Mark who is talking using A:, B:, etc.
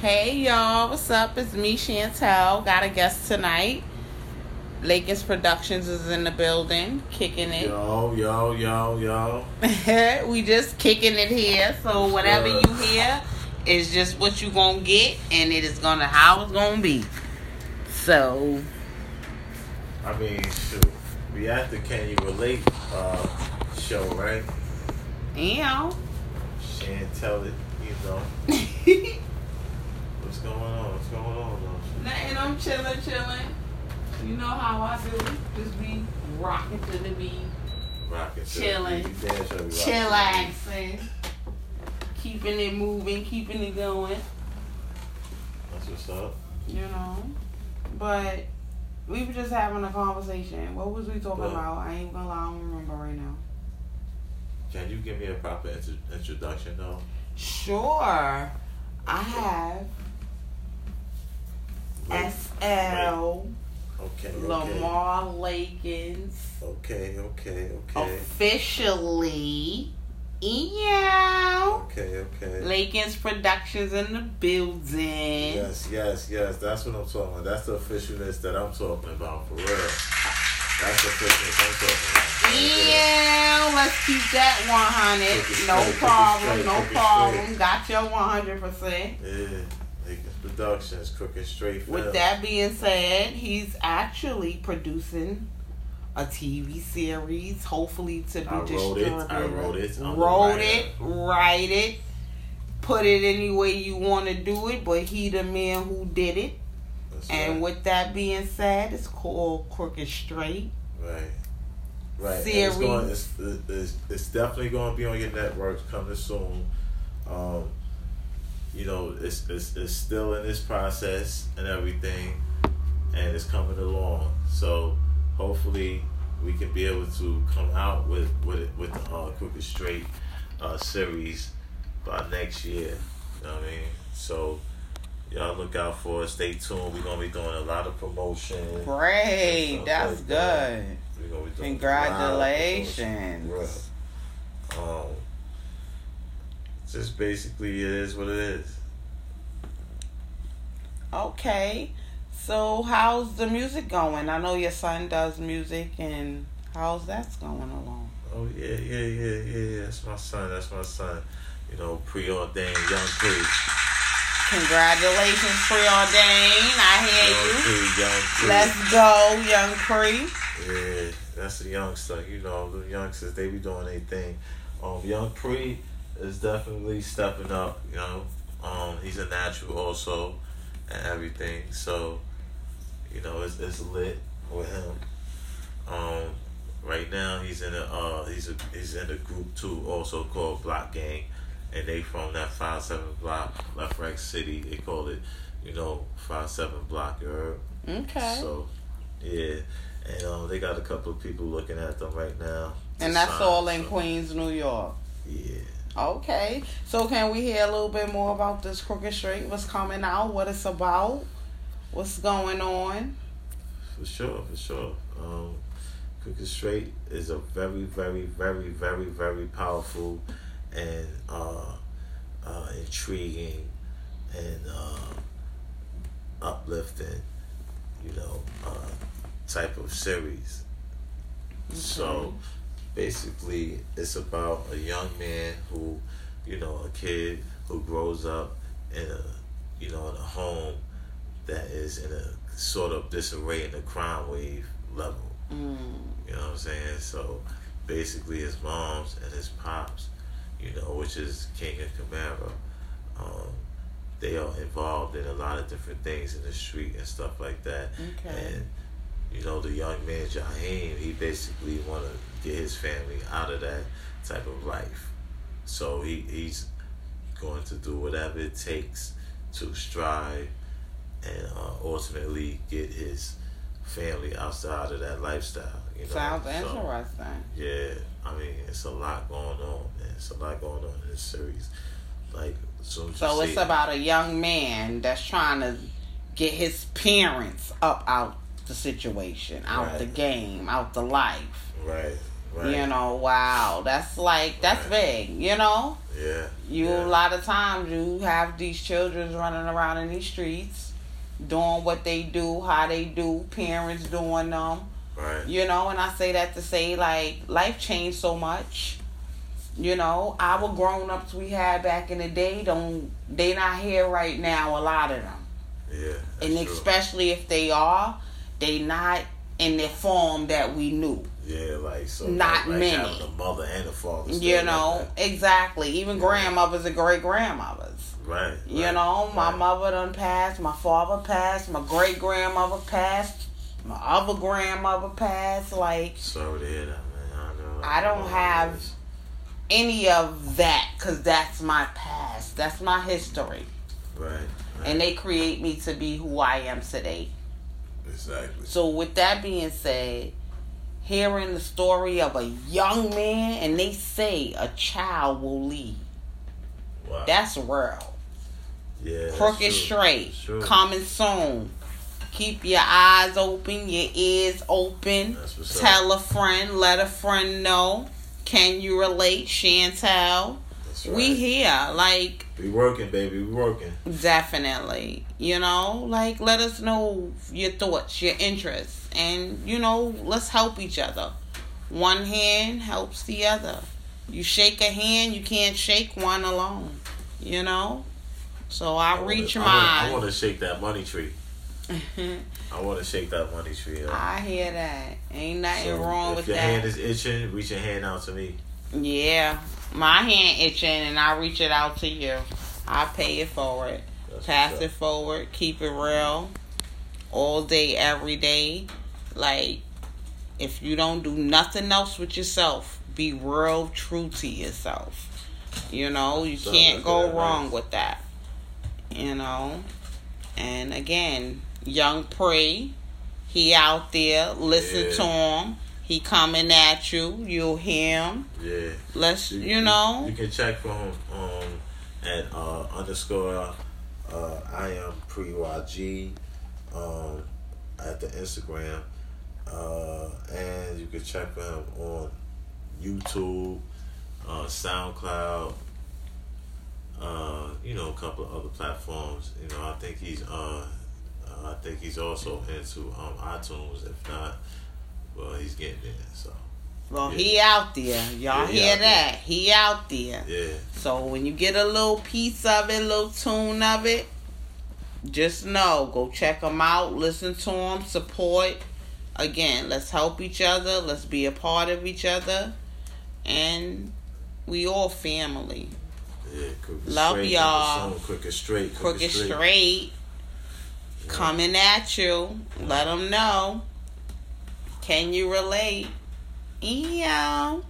A: Hey y'all, what's up? It's me, Chantel. Got a guest tonight. Lakens Productions is in the building, kicking it.
B: Yo, yo, yo, yo.
A: we just kicking it here. So whatever
B: Word.
A: you hear is just what you gonna get, and it is gonna how it's gonna be. So
B: I mean, shoot. We at the Can You Relate uh, show, right?
A: you know,
B: Chantel, you know,
A: nothing.
B: what's going on? What's going on? though?
A: I'm chilling, chilling. You know how I do. Just be rocking to the beat,
B: Rocking. to the
A: Chilling.
B: beat. You damn sure we rocking to the beat.
A: chillaxing, keeping it moving, keeping it going.
B: That's what's up.
A: you know. But we were just having a conversation. What was we talking
B: What?
A: about? I ain't gonna lie, I don't remember right now.
B: Can you give me a proper intro- introduction, though?
A: Sure, I have
B: Like,
A: SL
B: Okay, okay.
A: Lamar Lakins
B: Okay, okay, okay.
A: officially. Yeah,
B: Okay, okay.
A: Lakins Productions in the building.
B: Yes, yes, yes. That's what I'm talking about. That's the officialness that I'm talking about, for real. That's the officialness I'm talking about. Right there.
A: Yeah, E let's keep that 100.
B: Take it
A: No
B: straight, take
A: problem,
B: it straight,
A: no
B: take it
A: problem. Got your 100%.
B: Yeah, Lakers Productions, crooked straight.
A: With
B: film.
A: that being said, he's actually producing a TV series, hopefully to be
B: I wrote
A: distributed.
B: it, I wrote it, I'm the
A: Wrote
B: writer.
A: it, write it, put it any way you want to do it. But he the man who did it.
B: That's
A: And
B: right.
A: with that being said, it's called Crooked Straight.
B: right, right. And
A: Series.
B: It's, going, it's, it's, it's definitely going to be on your networks coming soon. Um, you know, it's, it's it's still in this process and everything, and it's coming along. So hopefully we can be able to come out with with it- with the uh, crooked straight uh, series by next year. You know what I mean? So. Y'all look out for it. Stay tuned. We're gonna be doing a lot of promotion.
A: Great, that's
B: Like that.
A: good.
B: We're gonna be doing a lot of
A: Congratulations.
B: promotion. Bruh. Um, just basically, it is what it is.
A: Okay, so how's the music going? I know your son does music, and how's that's going along?
B: Oh yeah, yeah, yeah, yeah. yeah. That's my son. That's my son. You know, preordained young P.
A: Congratulations, preordained. I
B: Young
A: hear you. Let's
B: P. Young P.
A: go, young Cree.
B: Yeah, that's a youngster. You know, the youngsters they be doing their thing. Um, young Pre is definitely stepping up. You know, um, he's a natural also, and everything. So, you know, it's it's lit with him. Um, right now he's in a uh, he's a he's in a group too, also called Block Gang, and they from that five seven block, left right city. They call it, you know, five seven block. You heard?
A: Okay.
B: So, yeah, and um, they got a couple of people looking at them right now.
A: and that's
B: Signs,
A: all in
B: so,
A: Queens, New York.
B: Yeah.
A: Okay. So can we hear a little bit more about this Crooked Straight? What's coming out? What it's about? What's going on?
B: For sure, for sure. Um, Quick and Straight is a very, very, very, very, very powerful and uh, uh, intriguing and uh, uplifting, you know, uh, type of series. So basically, it's about a young man who, you know, a kid who grows up in a, you know, in a home that is in a sort of disarray in the crime wave level.
A: Mm.
B: You know what I'm saying? So basically, his moms and his pops, you know, which is King and Camaro, um, they are involved in a lot of different things in the street and stuff like that.
A: Okay.
B: And you know, the young man Jaheim, he basically want to get his family out of that type of life. So he he's going to do whatever it takes to strive and uh, ultimately get his family outside of that lifestyle. You know,
A: Sounds
B: So,
A: interesting.
B: yeah, I mean, it's a lot going on. Man. It's a lot going on in this series. Like, as soon as
A: So
B: you
A: it's
B: see it-
A: about a young man that's trying to get his parents up out the situation, out the
B: Right.
A: game, out the life.
B: right, right,
A: You know, wow, that's like that's
B: Right.
A: big. You know,
B: yeah, Yeah.
A: You
B: yeah.
A: a lot of times you have these children running around in these streets, doing what they do, how they do, parents doing them.
B: Right.
A: You know, and I say that to say like life changed so much. You know, our grown ups we had back in the day don't they not here right now, a lot of them.
B: Yeah. that's
A: and
B: true.
A: especially if they are, they not in the form that we knew.
B: Yeah, like so.
A: Not
B: like
A: many.
B: Having a mother and a father. still
A: You
B: like
A: know,
B: that.
A: exactly. Even
B: Yeah.
A: grandmothers and great grandmothers.
B: Right. right,
A: You know, my
B: right.
A: mother done passed, my father passed, my great grandmother passed, my other grandmother passed. Like
B: Sorry to hear that, man. I know.
A: I don't
B: know what it
A: have-
B: is.
A: any of that, cause that's my past. That's my history,
B: Right. right.
A: and they create me to be who I am today.
B: exactly.
A: So with that being said, hearing the story of a young man and they say a child will lead.
B: Wow.
A: That's real.
B: yeah. that's
A: Crooked
B: true.
A: straight.
B: That's true.
A: Coming soon. Keep your eyes open, your ears open.
B: That's what's up.
A: Tell a friend, let a friend know. Can you relate, Chantel?
B: That's
A: We
B: right.
A: here, like
B: We working, baby. We working.
A: definitely. You know, like let us know your thoughts, your interests, and you know, let's help each other. One hand helps the other. You shake a hand, you can't shake one alone. You know, so I,
B: wanna-
A: reach
B: I
A: mine.
B: wanna- I want to shake that money tree. I want to shake that money tree. Up.
A: I hear that. Ain't nothing
B: So,
A: wrong
B: if
A: with
B: your
A: that.
B: hand is itching, reach your hand out to me.
A: yeah. My hand itching and I reach it out to you. I pay it forward.
B: That's
A: Pass
B: what's
A: it
B: up.
A: forward. Keep it real. All day, every day. Like, if you don't do nothing else with yourself, be real true to yourself. You know, you
B: So,
A: can't
B: that's
A: go
B: good
A: wrong
B: advice.
A: with that. You know? And again, young prey. He out there. Listen
B: Yeah.
A: to him. He coming at you. You'll hear him.
B: Yeah.
A: Let's
B: You-
A: you know.
B: You can check for him um, at uh, underscore uh, I am pre YG um, at the Instagram. Uh, and you can check for him on YouTube, uh, SoundCloud, uh, you know, a couple of other platforms. You know, I think he's uh, uh, I think he's also into um, iTunes. If not, well, he's getting there. So
A: Well,
B: yeah.
A: he out there.
B: Yeah,
A: Y'all
B: he
A: hear
B: out
A: that? He out there.
B: yeah.
A: So when you get a little piece of it, little tune of it, just know, go check them out, listen to them, support. Again, let's help each other. Let's be a part of each other, and we all family.
B: Yeah, cook it
A: Love
B: straight,
A: y'all.
B: cook it soon, Cook it straight. Cook,
A: Crooked straight coming at you. Let them know. Can you relate? Yeah.